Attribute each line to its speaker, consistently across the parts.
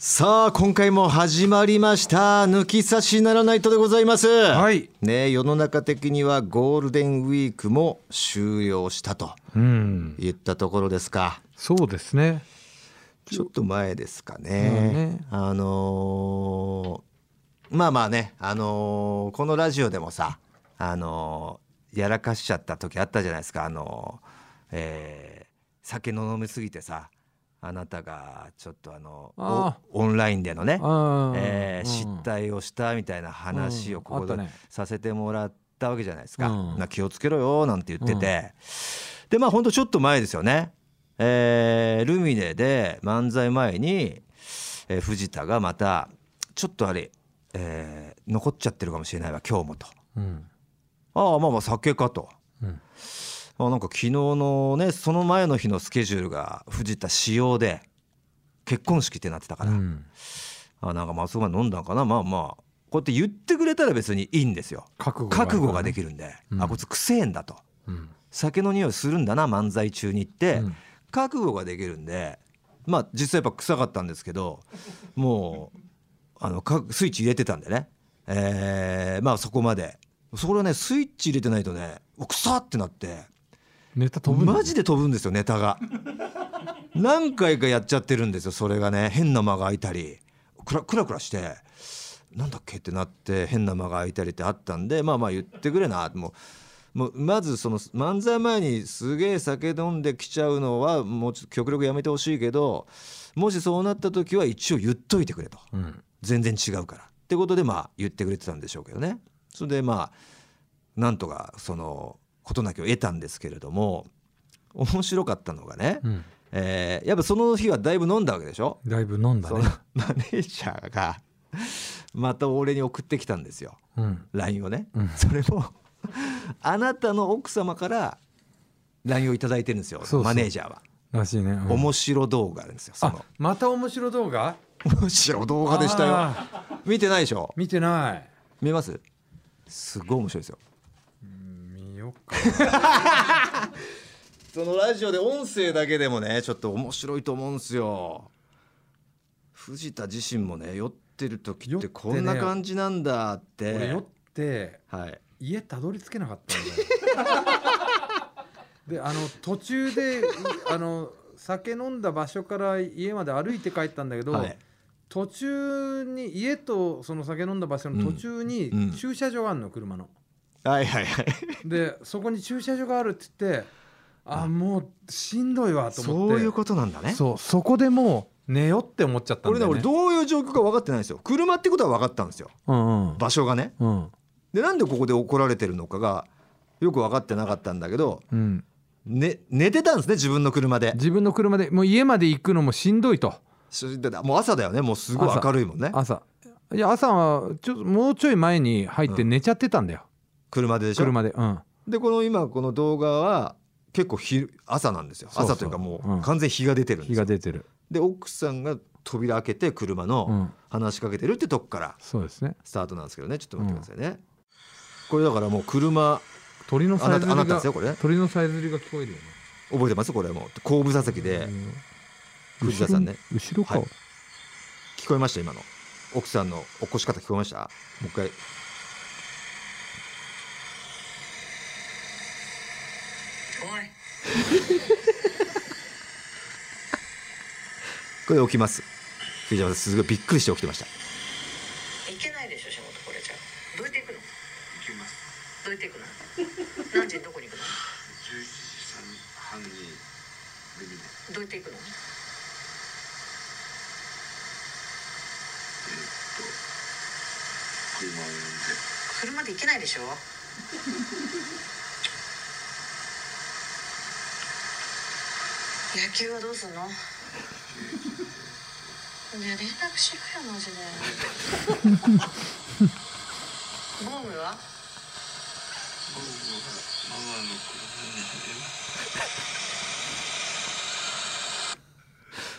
Speaker 1: さあ今回も始まりました抜き差しならないとでございます、
Speaker 2: い
Speaker 1: ね世の中的にはゴールデンウィークも終了したと
Speaker 2: うん、
Speaker 1: いったところですか
Speaker 2: そうですね。
Speaker 1: ちょっと前ですか
Speaker 2: うん
Speaker 1: ね
Speaker 2: ね。
Speaker 1: あのーまあまあね、あのーこのラジオでもさ、あのーやらかしちゃった時あったじゃないですか。あのーえー酒の飲みすぎてさ、あなたがちょっとあの
Speaker 2: あ
Speaker 1: おオンラインでのね、
Speaker 2: あー
Speaker 1: えー
Speaker 2: うん
Speaker 1: 失態をしたみたいな話をここで
Speaker 2: うんあったね
Speaker 1: させてもらったわけじゃないですか。
Speaker 2: うん
Speaker 1: な気をつけろよなんて言ってて、でまあほんとちょっと前ですよね、えールミネで漫才前に、えー藤田がまたちょっとあれ、えー残っちゃってるかもしれないわ今日もと
Speaker 2: うん、
Speaker 1: ああまあまあ酒かと。
Speaker 2: うん
Speaker 1: あなんか昨日のねその前の日のスケジュールが藤田仕様で結婚式ってなってたから、
Speaker 2: うん
Speaker 1: あなんかまあそこまで飲んだんかなまあまあこうやって言ってくれたら別にいいんですよ
Speaker 2: 覚
Speaker 1: 覚悟が
Speaker 2: ある
Speaker 1: で
Speaker 2: か
Speaker 1: きるんで、
Speaker 2: うん
Speaker 1: あこいつくせえんだと
Speaker 2: らね。
Speaker 1: 酒の匂いするんだな漫才中にって、
Speaker 2: うん
Speaker 1: 覚悟ができるんでまあ実際やっぱ臭かったんですけどもうあのかスイッチ入れてたんでね、えーまあそこまでそこはねスイッチ入れてないとねう臭ってなって
Speaker 2: うん、ネタ飛ぶんだね
Speaker 1: マジで飛ぶんですよネタ が何回かやっちゃってるんですよそれがね変な間が空いたりクラクラクラしてなんだっけってなって変な間が空いたりってあったんでまあまあ言ってくれなもうもうまずその漫才前にすげえ酒飲んできちゃうのはもうちょっと極力やめてほしいけどもしそうなった時は一応言っといてくれと。
Speaker 2: うん、
Speaker 1: 全然違うからってことでまあ言ってくれてたんでしょうけどねそれでまあなんとかその事なきを得たんですけれども面白かったのがね、
Speaker 2: うん、
Speaker 1: えーやっぱその日はだいぶ飲んだわけでしょ、
Speaker 2: だいぶ飲んだ
Speaker 1: その
Speaker 2: ね。
Speaker 1: マネージャーがまた俺に送ってきたんですよ
Speaker 2: うん、
Speaker 1: LINE をね、
Speaker 2: うん
Speaker 1: それもあなたの奥様から LINE を頂いただいてるんですよ
Speaker 2: そうそう
Speaker 1: マネージャーは、
Speaker 2: らしいね。うん
Speaker 1: 面白動画なんですよそ
Speaker 2: あ
Speaker 1: の、
Speaker 2: また面白動画？
Speaker 1: 面白動画でしたよ
Speaker 2: あー。
Speaker 1: 見てないでしょ
Speaker 2: 見てない。
Speaker 1: 見えますすごい面白いですよ
Speaker 2: 見よっか。
Speaker 1: そのラジオで音声だけでもねちょっと面白いと思うんですよ藤田自身もね酔ってる時
Speaker 2: 酔
Speaker 1: っ
Speaker 2: っててね
Speaker 1: こんな感じなんだって
Speaker 2: 俺酔って
Speaker 1: はい
Speaker 2: 家たどり着けなかったんだよ。 で、あの途中であの酒飲んだ場所から家まで歩いて帰ったんだけど。
Speaker 1: はい
Speaker 2: 途中に家とその酒飲んだ場所の途中に
Speaker 1: うんうん
Speaker 2: 駐車場があるの車の、
Speaker 1: はいはいはい
Speaker 2: でそこに駐車場があるって言ってあもうしんどいわと思
Speaker 1: そ
Speaker 2: って
Speaker 1: ういうことなんだね
Speaker 2: そうそこでもう寝よって思っちゃったん
Speaker 1: 俺
Speaker 2: だ
Speaker 1: ね
Speaker 2: よ、ね、
Speaker 1: 俺どういう状況か分かってないんですよ車ってことは分かったんですよ
Speaker 2: うんうん
Speaker 1: 場所がね
Speaker 2: うん
Speaker 1: でなんでここで怒られてるのかがよく分かってなかったんだけど、
Speaker 2: うん、
Speaker 1: ね、寝てたんですね自分の車で
Speaker 2: 自分の車でもう家まで行くのもしんどいと
Speaker 1: もう朝だよねもうすごい明るいもんね
Speaker 2: 朝いや朝はちょもうちょい前に入って寝ちゃってたんだよ、
Speaker 1: 車ででしょ
Speaker 2: 車でうん
Speaker 1: でこの今この動画は結構ひ朝なんですよ
Speaker 2: そうそう
Speaker 1: 朝というかも
Speaker 2: う
Speaker 1: うん完全に日が出てるんで
Speaker 2: 日
Speaker 1: すよ
Speaker 2: が出てる
Speaker 1: で奥さんが扉開けて車
Speaker 2: う
Speaker 1: の
Speaker 2: ん
Speaker 1: 話しかけてるってとこから
Speaker 2: そうですね
Speaker 1: スタートなんですけどねちょっと待ってくださいね、これだからもう車
Speaker 2: 鳥の
Speaker 1: あ
Speaker 2: さえ
Speaker 1: なた
Speaker 2: ずり
Speaker 1: あなたで
Speaker 2: が
Speaker 1: すよこれね
Speaker 2: 鳥のさえずりが聞こえるよね
Speaker 1: 覚えてますこれもう後部座席で藤田さんね
Speaker 2: 後ろか、
Speaker 1: はい聞こえました今の奥さんの起こし方聞こえましたもう一回
Speaker 3: おい
Speaker 1: これ起きます藤山さんすごいびっくりして起きてました
Speaker 3: 行けないでしょ仕事これじゃどうやって行く
Speaker 4: 行
Speaker 3: の
Speaker 4: きます
Speaker 3: どうやって行くの何時にどこに行くの
Speaker 4: 11時半にルミネ
Speaker 3: どうやって行くの
Speaker 4: えーっと車を呼んで
Speaker 3: 車で行けないでしょ 野球はどうすんのいや連絡してくよマジでゴム
Speaker 4: 午後
Speaker 3: は
Speaker 4: はママの車に入れます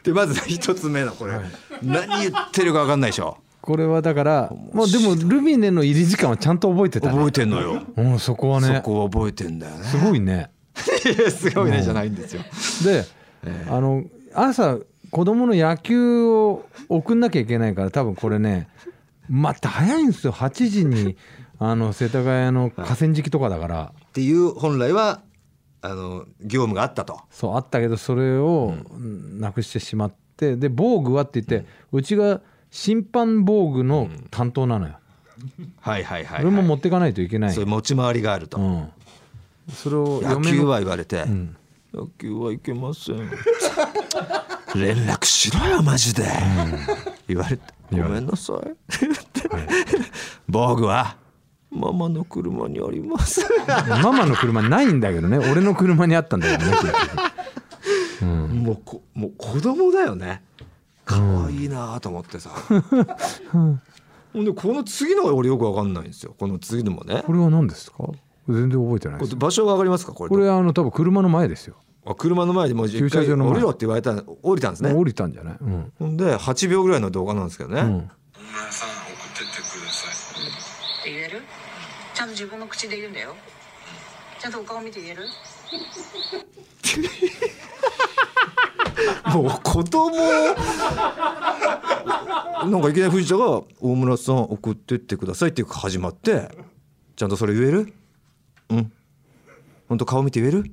Speaker 1: でまず一つ目のこれ、
Speaker 2: はい
Speaker 1: 何言ってるか分かんないでしょ
Speaker 2: これはだからまあでもルミネの入り時間はちゃんと覚えてた、ね、
Speaker 1: 覚えてんのよ
Speaker 2: うんそこはね
Speaker 1: そこは覚えてんだよね
Speaker 2: す ごいね
Speaker 1: いやすごいねじゃないんですよ。
Speaker 2: で、あの朝子供の野球を送んなきゃいけないから多分これねまた早いんですよ8時にあの世田谷の河川敷とかだから、
Speaker 1: っていう本来はあの業務があったと
Speaker 2: そうあったけどそれをうんなくしてしまってで防具はって言って、うちが審判防具の担当なのよ、
Speaker 1: はいはいはい、
Speaker 2: それも持ってかないといけない、
Speaker 1: そういう持ち回りがあると、
Speaker 2: うん、それを
Speaker 1: 野
Speaker 2: 嫁
Speaker 1: 球
Speaker 2: の
Speaker 1: は言われて、野球はいけません連絡しろよマジで、言われてごめんなさい 防具はママの車にあります
Speaker 2: ママの車ないんだけどね俺の車にあったんだけどね
Speaker 1: もうこもう子供だよね可愛いなと思って さ、ほんでこの次のが俺よくわかんないんですよこの次のもね
Speaker 2: これは何ですか全然覚えてない
Speaker 1: こ
Speaker 2: で
Speaker 1: れ
Speaker 2: す
Speaker 1: 場所わかりますかこれ
Speaker 2: これあの多分車の前ですよ、
Speaker 1: あ車の前でもう一回
Speaker 2: 駐車場の前
Speaker 1: 降りろって言われたん降りたんですね
Speaker 2: もう降りたんじゃない、うん
Speaker 1: ほんで8秒ぐらいの動画なんですけどね、
Speaker 2: うん、
Speaker 4: 野村さん送ってってください
Speaker 3: 言えるちゃんと自分の口で言うんだよちゃんとお顔見て言える
Speaker 1: もう子供なんかいきなり藤田が「大村さん送ってってください」っていうから始まってちゃんとそれ言えるうん本当顔見て言える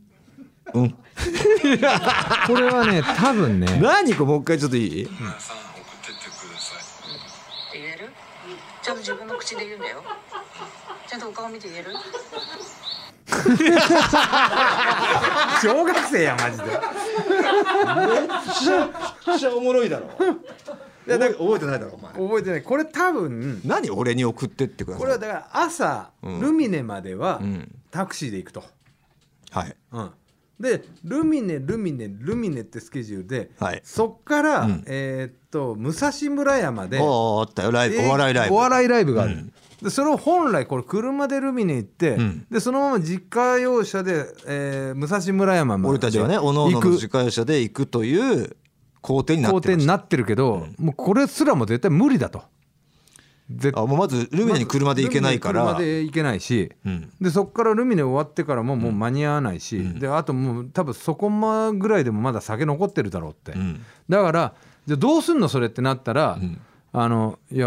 Speaker 1: うん
Speaker 2: これはね多分ね
Speaker 1: 何これもう一回ちょっといい
Speaker 4: 野村さん送ってってください
Speaker 3: 言えるちゃんと自分の口で言うんだよちゃんとお顔見て言える
Speaker 2: 小学生やマジで
Speaker 1: めっちゃおもろいだろいやだ覚えてないだろお前
Speaker 2: 覚えてないこれ多分
Speaker 1: 何俺に送ってってください
Speaker 2: これはだから朝、ルミネまでは
Speaker 1: ん
Speaker 2: タクシーで行くと、
Speaker 1: はい
Speaker 2: うん、でルミネルミネルミネってスケジュールで、
Speaker 1: はい
Speaker 2: そっから、
Speaker 1: ん
Speaker 2: えーっと武蔵村山で
Speaker 1: おーあったよライブお笑いライブ
Speaker 2: お笑いライブがある、でそれを本来これ車でルミネ行って、
Speaker 1: ん
Speaker 2: でそのまま実家用車で、えー武蔵村山まで
Speaker 1: 俺たちはねおのおの
Speaker 2: 行く
Speaker 1: の自家用車で行くという工程にな
Speaker 2: 工
Speaker 1: って
Speaker 2: 程
Speaker 1: まし
Speaker 2: に
Speaker 1: た
Speaker 2: なってるけど、もうこれすらも絶対無理だと。絶
Speaker 1: あもうまずルミネに車で行けないから、
Speaker 2: ルミネ車で行けないし、
Speaker 1: うん
Speaker 2: でそこからルミネ終わってからももう間に合わないし、であともう多分そこまぐらいでもまだ酒残ってるだろうって、
Speaker 1: ん
Speaker 2: だからじゃあどうすんのそれってなったら、あのいや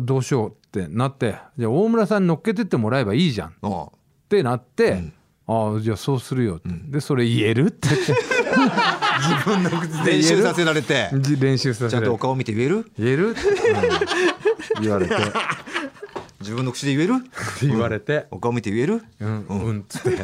Speaker 2: どうしようってなってじゃあ大村さんに乗っけてってもらえばいいじゃんっ
Speaker 1: ああ
Speaker 2: てなって、ああじゃあそうするよって、でそれ言えるって 自分の口で
Speaker 1: 練
Speaker 2: 言え
Speaker 1: 習
Speaker 2: る
Speaker 1: させられて
Speaker 2: じ練習さ
Speaker 1: ち
Speaker 2: せ
Speaker 1: ゃん
Speaker 2: られ
Speaker 1: と
Speaker 2: る
Speaker 1: お顔見て言える
Speaker 2: 言える、うん言われて
Speaker 1: 自分の口で言える
Speaker 2: 言われて、
Speaker 1: お顔見て言える
Speaker 2: うん、うんっつって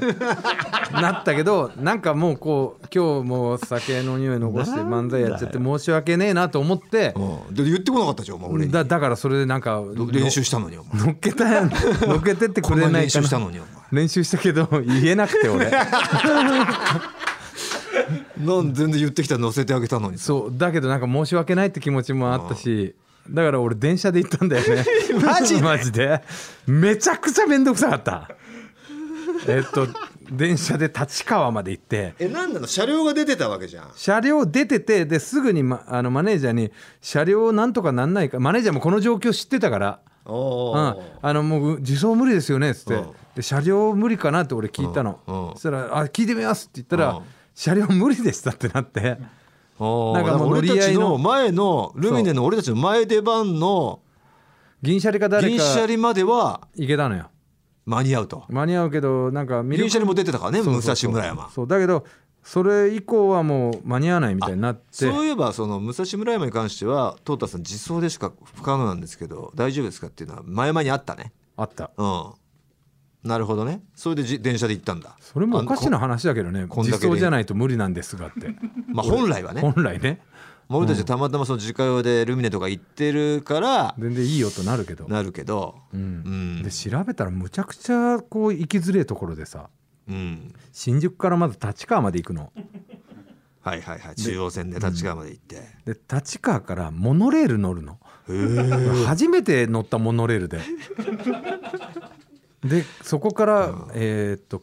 Speaker 2: なったけどなんかもうこう今日もう酒の匂い残して漫才やっちゃって申し訳ねえなと思って
Speaker 1: うんで言ってこなかったじゃんお前俺に
Speaker 2: だだからそれでなんか
Speaker 1: ど練習したのにお前
Speaker 2: の乗っけ たやん乗っけてって
Speaker 1: こ
Speaker 2: く
Speaker 1: んな
Speaker 2: れ
Speaker 1: に練
Speaker 2: ないか
Speaker 1: 習
Speaker 2: な
Speaker 1: したのにお前
Speaker 2: 練習したけど言えなくて俺
Speaker 1: なん全然言ってきたら乗せてあげたのにさ
Speaker 2: そうだけどなんか申し訳ないって気持ちもあったしだから俺電車で行ったんだよね
Speaker 1: マジで
Speaker 2: マジでめちゃくちゃ面倒くさかったえっと電車で立川まで行って
Speaker 1: えなんなの車両が出てたわけじゃん
Speaker 2: 車両出ててですぐに、ま、あのマネージャーに車両なんとかなんないかマネージャーもこの状況知ってたから「
Speaker 1: お
Speaker 2: う
Speaker 1: ー
Speaker 2: ん、あのもう自走無理ですよね」っつって
Speaker 1: うん
Speaker 2: で「車両無理かな?」って俺聞いたの、
Speaker 1: うんうん
Speaker 2: そしたら「あ聞いてみます」って言った
Speaker 1: う
Speaker 2: ら
Speaker 1: ん
Speaker 2: 「車両無理でした」ってなって
Speaker 1: おー
Speaker 2: な
Speaker 1: なんんか
Speaker 2: かもう
Speaker 1: 俺
Speaker 2: 乗り
Speaker 1: た
Speaker 2: 合い
Speaker 1: ち
Speaker 2: の
Speaker 1: の前のルミネの俺たちの前出番の
Speaker 2: 銀シャリか誰
Speaker 1: 銀シャ
Speaker 2: か
Speaker 1: リまでは
Speaker 2: 行けたのよ
Speaker 1: 間に合うと
Speaker 2: 間に合うけどなんかミル
Speaker 1: 銀
Speaker 2: ク
Speaker 1: シャリも出てたからね
Speaker 2: そう
Speaker 1: 武
Speaker 2: そ
Speaker 1: 蔵
Speaker 2: うそう
Speaker 1: 村山
Speaker 2: そうだけどそれ以降はもう間に合わないみたいになって
Speaker 1: そういえばその武蔵村山に関してはトータさん自走でしか不可能なんですけど大丈夫ですかっていうのは前々にあったね
Speaker 2: あった
Speaker 1: うんなるほどねそれでじ電車で行ったんだ
Speaker 2: それもおかし
Speaker 1: あ
Speaker 2: な話だけどね
Speaker 1: こん
Speaker 2: 自
Speaker 1: だけで
Speaker 2: 走じゃないと無理なんですがって
Speaker 1: こまあ本来はね
Speaker 2: 本来 ね
Speaker 1: まあ俺たちはたまたまその自家用でルミネとか行ってるから
Speaker 2: 全然いいよとなるけど
Speaker 1: なるけどうん
Speaker 2: で調べたらむちゃくちゃこう行きづれえところでさ
Speaker 1: うん
Speaker 2: 新宿からまず立川まで行くの
Speaker 1: はいはいはい中央線で立川まで行って
Speaker 2: で立川からモノレール乗るの初めて乗ったモノレールででそこから、えーっと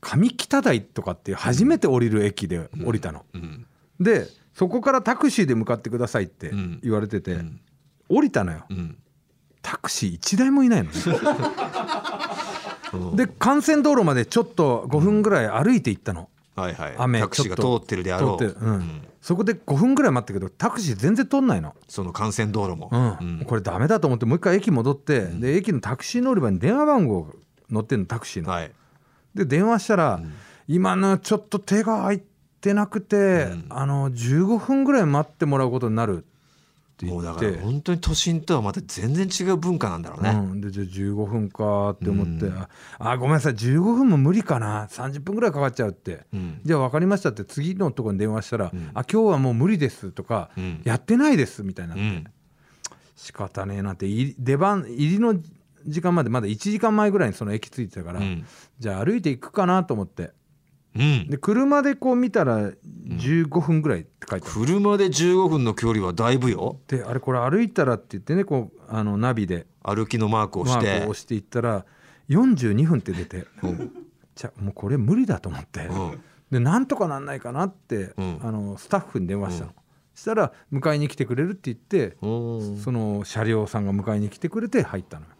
Speaker 2: 上北台とかっていう初めて降りる駅で降りたの、
Speaker 1: うん
Speaker 2: でそこからタクシーで向かってくださいって
Speaker 1: ん
Speaker 2: 言われてて、
Speaker 1: ん
Speaker 2: 降りたのよ、
Speaker 1: うん
Speaker 2: タクシー1台もいないのね
Speaker 1: うん
Speaker 2: で幹線道路までちょっと5分ぐらい歩いて行ったの
Speaker 1: はいはい
Speaker 2: 雨
Speaker 1: タクシーが
Speaker 2: ちょっと
Speaker 1: 通ってるであろ
Speaker 2: 通って
Speaker 1: う
Speaker 2: るうんそこで5分ぐらい待ったけどタクシー全然通んないの、
Speaker 1: その幹線道路も、
Speaker 2: うん
Speaker 1: うん
Speaker 2: これダメだと思ってもう一回駅戻って、で駅のタクシー乗り場に電話番号が載ってんのタクシーの、
Speaker 1: はい
Speaker 2: で電話したら、今のちょっと手が空いてなくて、あの15分ぐらい待ってもらうことになるって言
Speaker 1: もうだ
Speaker 2: っ
Speaker 1: か
Speaker 2: て
Speaker 1: ら本当に都心とはまた全然違う文化なんだろうね、
Speaker 2: うん、でじゃあ15分かって思って、あごめんなさい15分も無理かな30分ぐらいかかっちゃうって、
Speaker 1: ん
Speaker 2: じゃあ分かりましたって次のとこに電話したら、あ今日はもう無理ですとか、
Speaker 1: ん
Speaker 2: やってないですみたいな、
Speaker 1: うん
Speaker 2: 仕方ねえなって入り出番入りの時間までまだ1時間前ぐらいにその駅着いてたから、
Speaker 1: ん
Speaker 2: じゃあ歩いていくかなと思って
Speaker 1: うん、
Speaker 2: で車でこう見たら15分ぐらいって書いてある、
Speaker 1: 車で15分の距離はだいぶよ
Speaker 2: であれこれ歩いたらって言ってねこうあのナビで
Speaker 1: 歩きのマークをし
Speaker 2: マー
Speaker 1: て
Speaker 2: クを押していったら42分って出てじゃあもうこれ無理だと思って、
Speaker 1: ん
Speaker 2: でなんとかなんないかなって、
Speaker 1: うん
Speaker 2: あのスタッフに電話したの、したら迎えに来てくれるって言って、
Speaker 1: うん
Speaker 2: その車両さんが迎えに来てくれて入ったのよ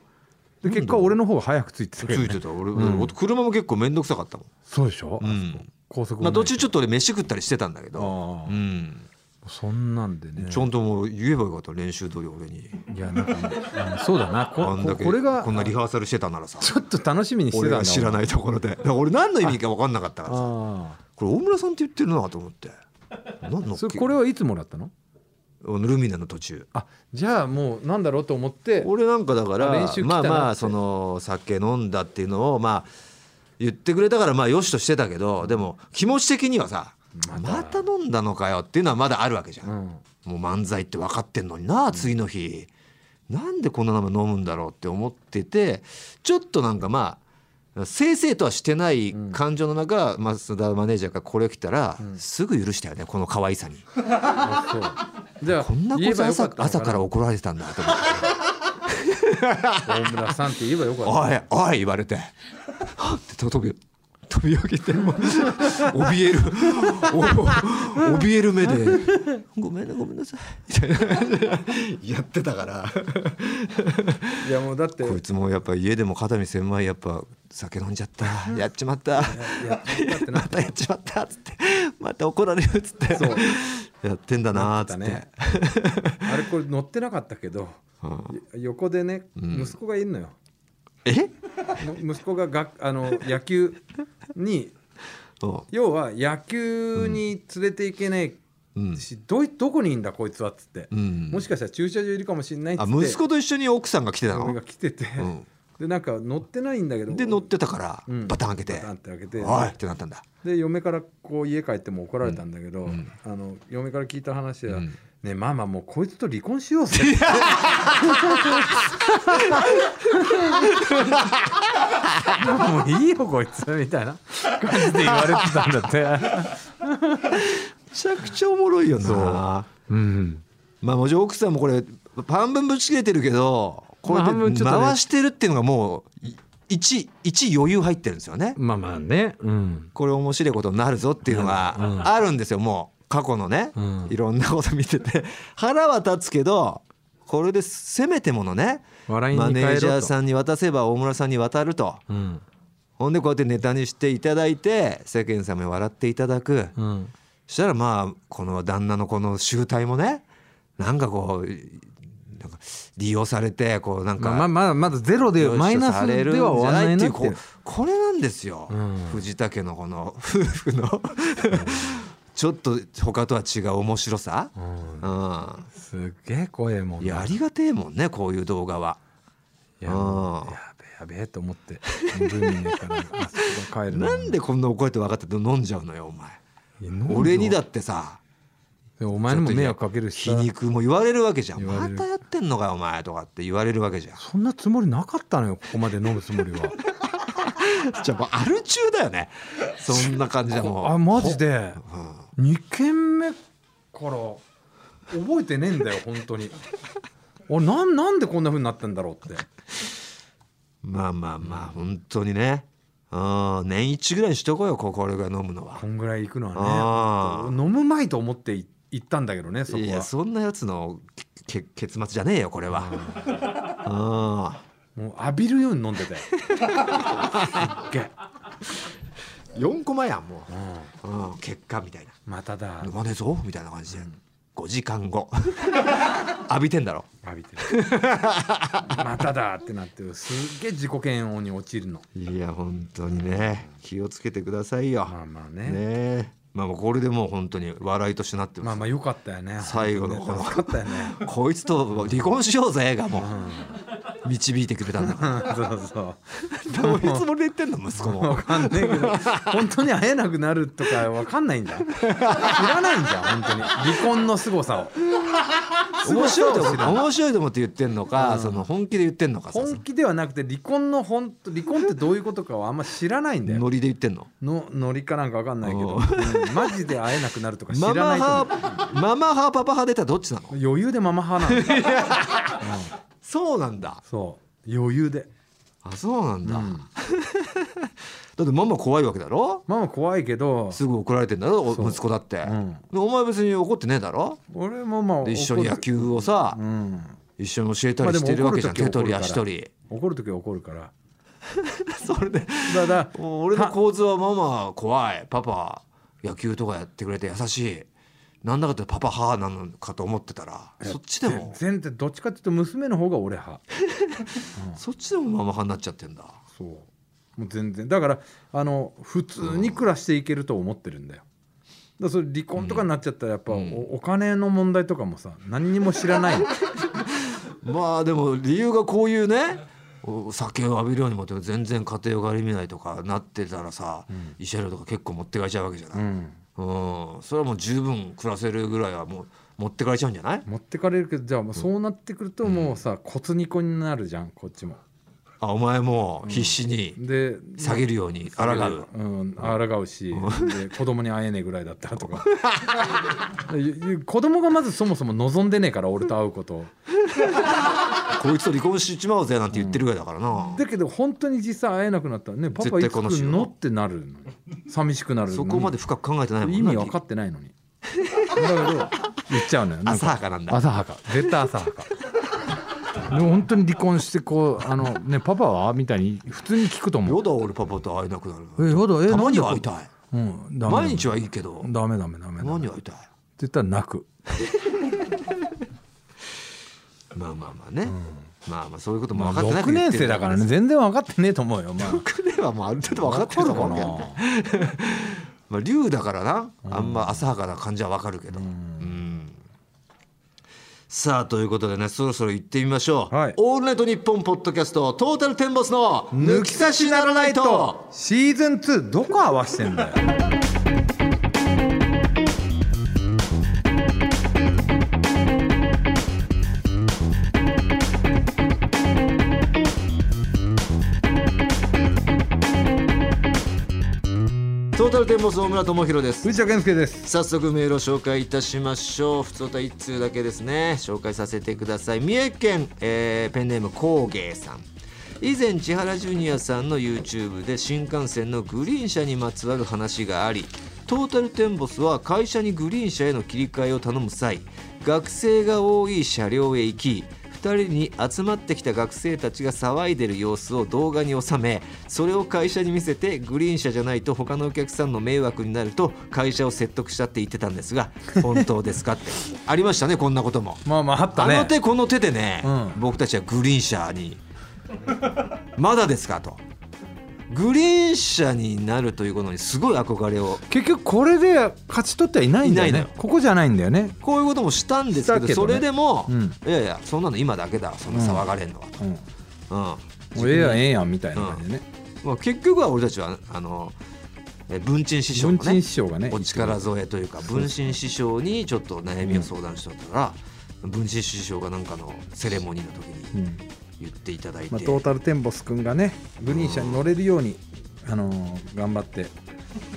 Speaker 2: で結果俺の方が早く着いてた
Speaker 1: つ
Speaker 2: けどね
Speaker 1: いてた俺、俺車も結構面倒くさかったもん、
Speaker 2: そうでしょ、
Speaker 1: うん
Speaker 2: 高速
Speaker 1: まあ、途中
Speaker 2: ち
Speaker 1: ちょっと俺飯食ったりしてたんだけど、う
Speaker 2: あ
Speaker 1: ん、
Speaker 2: あそんなんでね
Speaker 1: ちゃんともう言えばよかった練習通り俺に
Speaker 2: いやなんかねあのそうだなこ
Speaker 1: あんだけ
Speaker 2: これが
Speaker 1: こんなリハーサルしてたならさ
Speaker 2: ちょっと楽しみにしてた
Speaker 1: 俺
Speaker 2: んだ
Speaker 1: が知らないところでだから俺何の意味か分かんなかったからさ
Speaker 2: あ
Speaker 1: これ大村さんって言ってるなと思って何の
Speaker 2: あそれこれはいつもらったの
Speaker 1: ルミネの途中
Speaker 2: あじゃあもうなんだろうと思って
Speaker 1: 俺なんかだから
Speaker 2: あ練習来た
Speaker 1: ま
Speaker 2: な
Speaker 1: あ
Speaker 2: って
Speaker 1: まあその酒飲んだっていうのをまあ言ってくれたからまあよしとしてたけどでも気持ち的にはさまた飲んだのかよっていうのはまだあるわけじゃん、
Speaker 2: うん
Speaker 1: もう漫才って分かってんのにな次の日、なんでこんなの飲むんだろうって思っててちょっとなんかまあ正々とはしてない感情の中、増田マネージャーがこれ来たら、すぐ許したよねこの可愛 さに
Speaker 2: あそうじゃあ
Speaker 1: こんな
Speaker 2: 言
Speaker 1: こ
Speaker 2: えば
Speaker 1: と朝
Speaker 2: よかったの
Speaker 1: 朝から怒られてたんだと思って
Speaker 2: 大村さんって言えばよかった
Speaker 1: おいおい言われてはっって飛び飛び起きてもう怯えるお怯える目 で「ごめんなごめんなさい」みたいなやってたから
Speaker 2: いやもうだって
Speaker 1: こいつもやっぱ家でも肩身狭いやっぱ酒飲んじゃ ったやっちまった
Speaker 2: やっちまったってな
Speaker 1: またやっちまったっつってまた怒られるっつって
Speaker 2: そう
Speaker 1: やってんだなーっつ
Speaker 2: だ
Speaker 1: って
Speaker 2: ねあれこれ乗ってなかったけどよ横でね息子がいるのよ、
Speaker 1: え
Speaker 2: む 息子ががあの 野球に
Speaker 1: うん
Speaker 2: 要は野球に連れていけねえし、どいどこにいんだこいつはっつって、
Speaker 1: ん
Speaker 2: もしかしたら駐車場いるかもしれないっつ
Speaker 1: あ
Speaker 2: って
Speaker 1: 息子と一緒に奥さんが来てた
Speaker 2: 俺
Speaker 1: の
Speaker 2: が来てて、
Speaker 1: ん
Speaker 2: でなんか乗ってないんだけど
Speaker 1: で乗ってたから
Speaker 2: うん
Speaker 1: バタン開けて
Speaker 2: バタンって開
Speaker 1: 「
Speaker 2: けて
Speaker 1: おい!」ってなったんだ
Speaker 2: で嫁からこう家帰っても怒られたんだけど、あの嫁から聞いた話では、ねママもうこいつと離婚しようぜもういいよこいつみたいな感じで言われてたんだって
Speaker 1: めちゃくちゃおもろいよな
Speaker 2: うん
Speaker 1: まあもちろん奥さんもこれ半分ぶち切れてるけどこれ
Speaker 2: まあ半分ち
Speaker 1: で
Speaker 2: ょっとね
Speaker 1: 回してるっていうのがもうい一一余裕入ってるんですよね
Speaker 2: まあまあねうん
Speaker 1: これ面白いことになるぞっていうのがあるんですよもう過去のね
Speaker 2: うん
Speaker 1: いろんなこと見てて 腹は立つけどこれでせめてものねマ
Speaker 2: 笑いに変えろ
Speaker 1: ネ
Speaker 2: と
Speaker 1: ージャーさんに渡せば大村さんに渡ると
Speaker 2: うん
Speaker 1: ほんでこうやってネタにしていただいて世間様に笑っていただく
Speaker 2: うん
Speaker 1: そしたらまあこの旦那のこの集体もねなんかこうなんか利用されてこうなんか、
Speaker 2: まあまあまだまだゼロで
Speaker 1: 良しと
Speaker 2: マイナスでは終わらな
Speaker 1: さ
Speaker 2: いな
Speaker 1: れ
Speaker 2: っ
Speaker 1: るんじゃなっていうこ
Speaker 2: て
Speaker 1: うこれなんですよ、
Speaker 2: ん
Speaker 1: 藤田家のこの夫婦のちょっと他とは違う面白さ、うん
Speaker 2: すっげえ声も
Speaker 1: いやありがてえもんねこういう動画は。
Speaker 2: いやもう
Speaker 1: うん
Speaker 2: やべえやべえと思ってルミネからあそこ帰るの
Speaker 1: なんでこんな怒るって分かってて飲んじゃうのよお前
Speaker 2: いや飲んで
Speaker 1: 俺にだってさ
Speaker 2: でお前にも迷惑かけるし
Speaker 1: 皮肉も言われるわけじゃん
Speaker 2: 言わ
Speaker 1: ま
Speaker 2: れる
Speaker 1: たやってんのかよお前とかって言われるわけ じゃん
Speaker 2: そんなつもりなかったのよここまで飲むつもり は
Speaker 1: じゃあもうアル中だよねそんな感じでもう
Speaker 2: あマジで2軒目から覚えてねえんだよ本当に 俺なんなんでこんな風になったんだろうって
Speaker 1: まあまあまあ本当にねうん年一ぐらいにしとこうよここ俺が飲むのは
Speaker 2: こんぐらい行くの
Speaker 1: あ
Speaker 2: はね飲むまいと思ってい行ったんだけどねそこ
Speaker 1: いや
Speaker 2: は
Speaker 1: そんなやつのけけ結末じゃねえよこれはあ
Speaker 2: もう浴びるように飲んでたよすっげえ
Speaker 1: 4コマやんも
Speaker 2: うん
Speaker 1: う、うん、結果みたいな
Speaker 2: まただ
Speaker 1: 「沼ねぞ」みたいな感じで、5時間後 浴びてんだろ
Speaker 2: 浴び てるまただってなってすっげえ自己嫌悪に陥るの
Speaker 1: いや本当にね気をつけてくださいよ、
Speaker 2: まあまあ
Speaker 1: ね
Speaker 2: ね
Speaker 1: えまあもうこれでもう本当に笑いとしてなって
Speaker 2: ま
Speaker 1: ま
Speaker 2: あ
Speaker 1: す、
Speaker 2: まあよかったよね
Speaker 1: 最後のこの
Speaker 2: よかったよね
Speaker 1: こいつと離婚しようぜがもう導いてくれたんだか
Speaker 2: うんそうそう
Speaker 1: らどういうつもりで言ってんの息 子も
Speaker 2: わかんねえけど本当に会えなくなるとかわかんないんだ知らないんじゃん本当に離婚の凄さを
Speaker 1: 面白いと思って面白いと思って言ってんのか、その本気で言ってんのかさ
Speaker 2: 本気ではなくて離婚の本当離婚ってどういうことかはあんま知らないんだよ
Speaker 1: ノリで言ってんの
Speaker 2: のノリかなんかわかんないけど、
Speaker 1: お
Speaker 2: うんマジで会えなくなるとか知ら
Speaker 1: ママ
Speaker 2: ないと思う
Speaker 1: 派ママ派パパ派出たらどっちなの
Speaker 2: 余裕でママ派なんだよ、うん
Speaker 1: そうなんだ
Speaker 2: そう余裕で、
Speaker 1: あそうなん
Speaker 2: う
Speaker 1: だ、 だ
Speaker 2: ん
Speaker 1: ってママ怖いわけだろ
Speaker 2: ママ怖いけど
Speaker 1: すぐ怒られてんだろお
Speaker 2: そう
Speaker 1: 息子だって、
Speaker 2: うん
Speaker 1: でお前別に怒ってねえだろ
Speaker 2: 俺もまあ
Speaker 1: で一緒に野球をさ、
Speaker 2: うん
Speaker 1: 一緒に教えたりしてるわけじゃん、
Speaker 2: ま
Speaker 1: 手
Speaker 2: あでも怒
Speaker 1: 取り
Speaker 2: る時は怒る
Speaker 1: 足
Speaker 2: から
Speaker 1: 取り
Speaker 2: 怒る時は怒るから
Speaker 1: それで
Speaker 2: だだ
Speaker 1: もう俺の構図はママ怖いパパ野球とかやってくれて優しいなんだかってパパ派なのかと思ってたらそっちでも
Speaker 2: 全然どっちかっていうと娘の方が俺派
Speaker 1: そっちでもママ派になっちゃってんだ
Speaker 2: そうもう全然だからあの普通に暮らしていけると思ってるんだよだからそれ離婚とかになっちゃったらやっぱお,、お金の問題とかもさ何にも 知らないの
Speaker 1: まあでも理由がこういうねお酒を浴びるようにもって全然家庭を顧みないとかなってたらさ、慰謝料とか結構持ってかれちゃうわけじゃない、
Speaker 2: うん
Speaker 1: うん、それはもう十分暮らせるぐらいはもう持ってかれちゃうんじゃない
Speaker 2: 持ってかれるけどじゃあもうそうなってくるともうさ、コツニコになるじゃんこっちも
Speaker 1: あお前も必死に
Speaker 2: で
Speaker 1: 下げるように抗う、
Speaker 2: うん、抗うし、で子供に会えねえぐらいだったらとか でゆゆ子供がまずそもそも望んでねえから俺と会うことを
Speaker 1: こいつと離婚しちまおうぜなんて言ってるぐらいだからな、
Speaker 2: だけど本当に実際会えなくなったらねパパい
Speaker 1: 絶対
Speaker 2: つ来
Speaker 1: 悲しいよ
Speaker 2: んのってなるのに寂しくなるのに
Speaker 1: そこまで深く考えてないもん
Speaker 2: 意味分かってないのにだけど言っちゃうのよなん
Speaker 1: 浅
Speaker 2: か
Speaker 1: はかなんだ
Speaker 2: 浅はか絶対浅はかでも本当に離婚してこうあのねパパはみたいに普通に聞くと思
Speaker 1: よ
Speaker 2: う
Speaker 1: だ俺パパと会えなくなる
Speaker 2: えやだえ
Speaker 1: たまには会
Speaker 2: なん
Speaker 1: い
Speaker 2: で
Speaker 1: たい
Speaker 2: うんダメ
Speaker 1: 毎日はいいけど
Speaker 2: ダメダメダメ
Speaker 1: た
Speaker 2: ダメ
Speaker 1: ま
Speaker 2: って
Speaker 1: には会いたい
Speaker 2: 言ったら泣く
Speaker 1: まあまあまあね、まあまあそういうことも
Speaker 2: まあ
Speaker 1: 分かってない
Speaker 2: 6年生だからね全然分かってねえと思うよまあ
Speaker 1: 6年はもうある程度分かってると思うけどねまあ龍だからなあんま浅はかな感じは分かるけどうんさあということでねそろそろ行ってみましょう、
Speaker 2: はい
Speaker 1: オールナイトニッポン」ポッドキャストトータルテンボスの「抜き差しならないと」
Speaker 2: シーズン2どこ合わせてんだよ
Speaker 1: トータルテンボス大村智広です
Speaker 2: 藤田健介です
Speaker 1: 早速メールを紹介いたしましょう普通歌一通だけですね紹介させてください三重県、えーペンネーム工芸さん以前千原ジュニアさんの YouTube で新幹線のグリーン車にまつわる話がありトータルテンボスは会社にグリーン車への切り替えを頼む際学生が多い車両へ行き2人に集まってきた学生たちが騒いでる様子を動画に収めそれを会社に見せてグリーン車じゃないと他のお客さんの迷惑になると会社を説得したって言ってたんです が本当ですかってありましたねこんなことも、
Speaker 2: まあまああった
Speaker 1: あ
Speaker 2: ね
Speaker 1: の手この手でね、
Speaker 2: うん
Speaker 1: 僕たちはグリーン車にまだですかとグリーン車になるということにすごい憧れを
Speaker 2: 結局これで勝ち取ってはいないんだよ
Speaker 1: いない
Speaker 2: ね
Speaker 1: のよ
Speaker 2: ここじゃないんだよね
Speaker 1: こういうこともしたんですけど
Speaker 2: したけど
Speaker 1: そ
Speaker 2: ね
Speaker 1: れでも、
Speaker 2: うん
Speaker 1: いやいやそんなの今だけだそんな騒がれんのはと、
Speaker 2: うんも
Speaker 1: うん
Speaker 2: うええやんええやんみたいな感じでね
Speaker 1: まあ、結局は俺たちはあのえ文鎮師匠の
Speaker 2: 文
Speaker 1: ね
Speaker 2: 鎮師匠がね
Speaker 1: お力添えというか文鎮師匠にちょっと悩みを相談しとったら、文鎮師匠がなんかのセレモニーの時
Speaker 2: う
Speaker 1: に
Speaker 2: ん
Speaker 1: 言っていただいて、
Speaker 2: まあ、トータルテンボス君がねグリーン車に乗れるように、あのー頑張って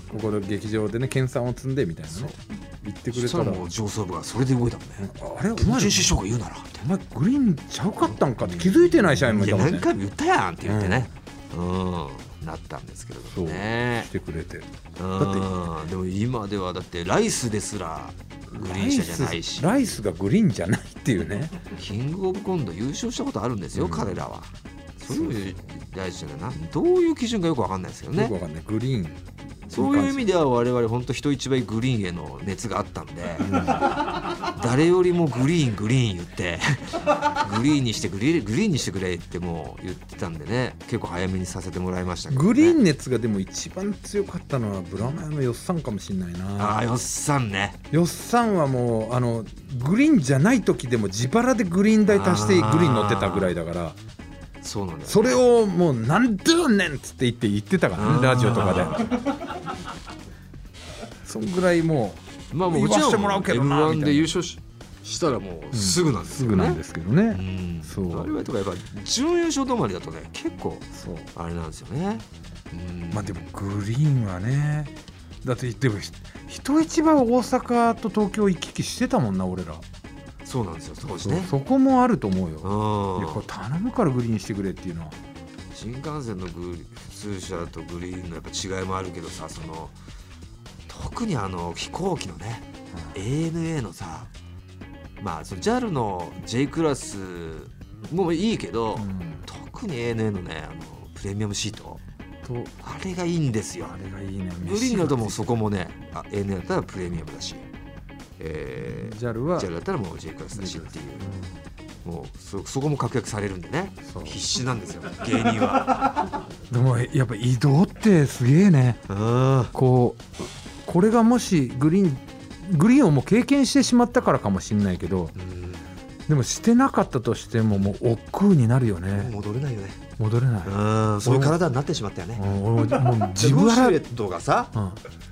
Speaker 2: ここで劇場でね研鑽を積んでみたいなね言ってく
Speaker 1: そ
Speaker 2: れ
Speaker 1: したた
Speaker 2: ら
Speaker 1: らもう上層部がそれで動いたもんね、
Speaker 2: あれお
Speaker 1: 文
Speaker 2: 前
Speaker 1: 鎮師匠が言うならみたい
Speaker 2: お前グリーンちゃうかったんかって気づいてない社員
Speaker 1: な
Speaker 2: も
Speaker 1: いいや
Speaker 2: たもん
Speaker 1: 何
Speaker 2: ね
Speaker 1: 回も言ったやんって言ってね、うんなったんですけれどもね
Speaker 2: してくれて
Speaker 1: うんでも今ではだってライスですらグリーン車じゃないし
Speaker 2: ライスがグリーンじゃないっていうね
Speaker 1: キングオブコント優勝したことあるんですよ、彼らは。それも大事だな。どういう基準かよくわかんないですよ
Speaker 2: よく
Speaker 1: ね。
Speaker 2: わかんないグリーン
Speaker 1: そういう意味では我々本当人一倍グリーンへの熱があったんで、誰よりもグリーングリーン言ってグリーンにしてグリーングリーンにしてくれってもう言ってたんでね結構早めにさせてもらいましたけど、ね、
Speaker 2: グリーン熱がでも一番強かったのはブラマヨのよっさんかもしれない
Speaker 1: ああ
Speaker 2: な
Speaker 1: よっさんね
Speaker 2: よっさんはもうあのグリーンじゃない時でも自腹でグリーン代足してグリーン乗ってたぐらいだから
Speaker 1: そうなんだよ
Speaker 2: それをもう「なんでやねん!」っつって言って言ってたから
Speaker 1: あ
Speaker 2: ね
Speaker 1: ー
Speaker 2: ラジオと かでそんぐらいも
Speaker 1: まあもう
Speaker 2: 言
Speaker 1: うち
Speaker 2: わ
Speaker 1: は
Speaker 2: してもらうけどな
Speaker 1: m 1で優勝ししたらもう
Speaker 2: う
Speaker 1: すぐなんです
Speaker 2: す
Speaker 1: よね、
Speaker 2: ぐなんですけどね
Speaker 1: うん
Speaker 2: そう
Speaker 1: 我々とかやっぱ準優勝止まりだとね結構
Speaker 2: そう
Speaker 1: あれなんですよねうん
Speaker 2: まあでもグリーンはねだってでもひ人一倍大阪と東京行き来してたもんな俺ら
Speaker 1: そうなんですよ当時
Speaker 2: そう
Speaker 1: ね
Speaker 2: そこもあると思うよいや
Speaker 1: う
Speaker 2: こ
Speaker 1: ん
Speaker 2: れ頼むからグリーンしてくれっていうのは
Speaker 1: 新幹線のグリ普通車とグリーンのやっぱ違いもあるけどさその特にあの飛行機のね ANA のさまあその JAL の J クラスもいいけど、
Speaker 2: うん
Speaker 1: 特に ANA のねあのプレミアムシート
Speaker 2: と
Speaker 1: あれがいいんですよ
Speaker 2: あれがいいね
Speaker 1: グリーンだともうそこもねあ ANA だったらプレミアムだし、えー、
Speaker 2: JAL は
Speaker 1: JAL だったらもう J クラスだしっていう。もうそそこも確約されるんでね
Speaker 2: そう
Speaker 1: 必死なんですよ芸人 は
Speaker 2: でもやっぱ移動ってすげえね
Speaker 1: あ
Speaker 2: こうこれがもしグリーングリーンをもう経験してしまったからかもしれないけどでもしてなかったとしてももう億劫になるよね
Speaker 1: 戻れないよね
Speaker 2: 戻れない、
Speaker 1: うんそういう体になってしまったよね
Speaker 2: うん俺 ももう
Speaker 1: 自
Speaker 2: 自
Speaker 1: 分シ
Speaker 2: 腹
Speaker 1: ルエットがさ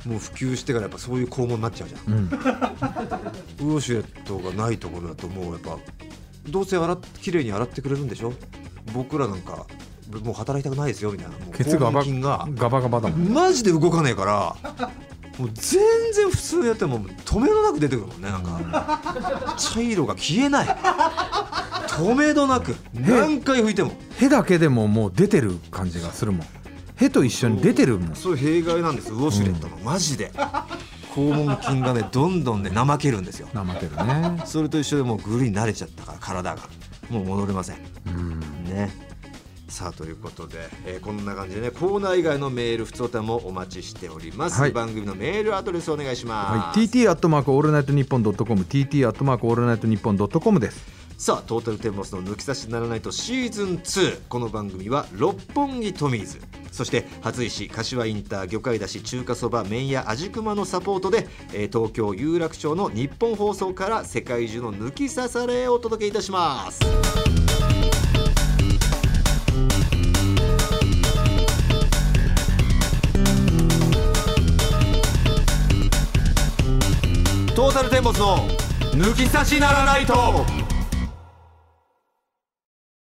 Speaker 2: うん
Speaker 1: もう普及してからやっぱそういう肛門になっちゃうじゃん
Speaker 2: うん、
Speaker 1: ウォシュレットがないところだともうやっぱどうせ洗っ綺麗に洗ってくれるんでしょ僕らなんかもう働きたくないですよみたいなもう
Speaker 2: ケツ
Speaker 1: 肛
Speaker 2: ガバ
Speaker 1: 門筋が
Speaker 2: ガバガバだもん
Speaker 1: マジで動かねえからもう全然普通にやってももう止めどなく出てくるもんねなんか茶色が消えない止めどなく何回拭いても
Speaker 2: へだけでももう出てる感じがするもんへと一緒に出てるもん
Speaker 1: そういう弊害なんですウォシュレットのマジで肛門筋がねどんどんね怠けるんですよ
Speaker 2: 怠けるね
Speaker 1: それと一緒でもうグリーンに慣れちゃったから体がもう戻れません
Speaker 2: うん
Speaker 1: ねさあということで、えーこんな感じでねコーナー以外のメール普通歌もお待ちしております、
Speaker 2: はい
Speaker 1: 番組のメールアドレスお願いしま
Speaker 2: は
Speaker 1: す、
Speaker 2: い、TT アットマークオールナイトニッポンドットコム TT アットマークオールナイトニッポンドットコムです
Speaker 1: さあトータルテンボスの抜き差しならないとシーズン2この番組は六本木トミーズそして初石柏インター魚介だし中華そば麺屋味熊のサポートで、えー東京有楽町の日本放送から世界中の抜き差されをお届けいたしますトータルテンボスの抜き差しならないと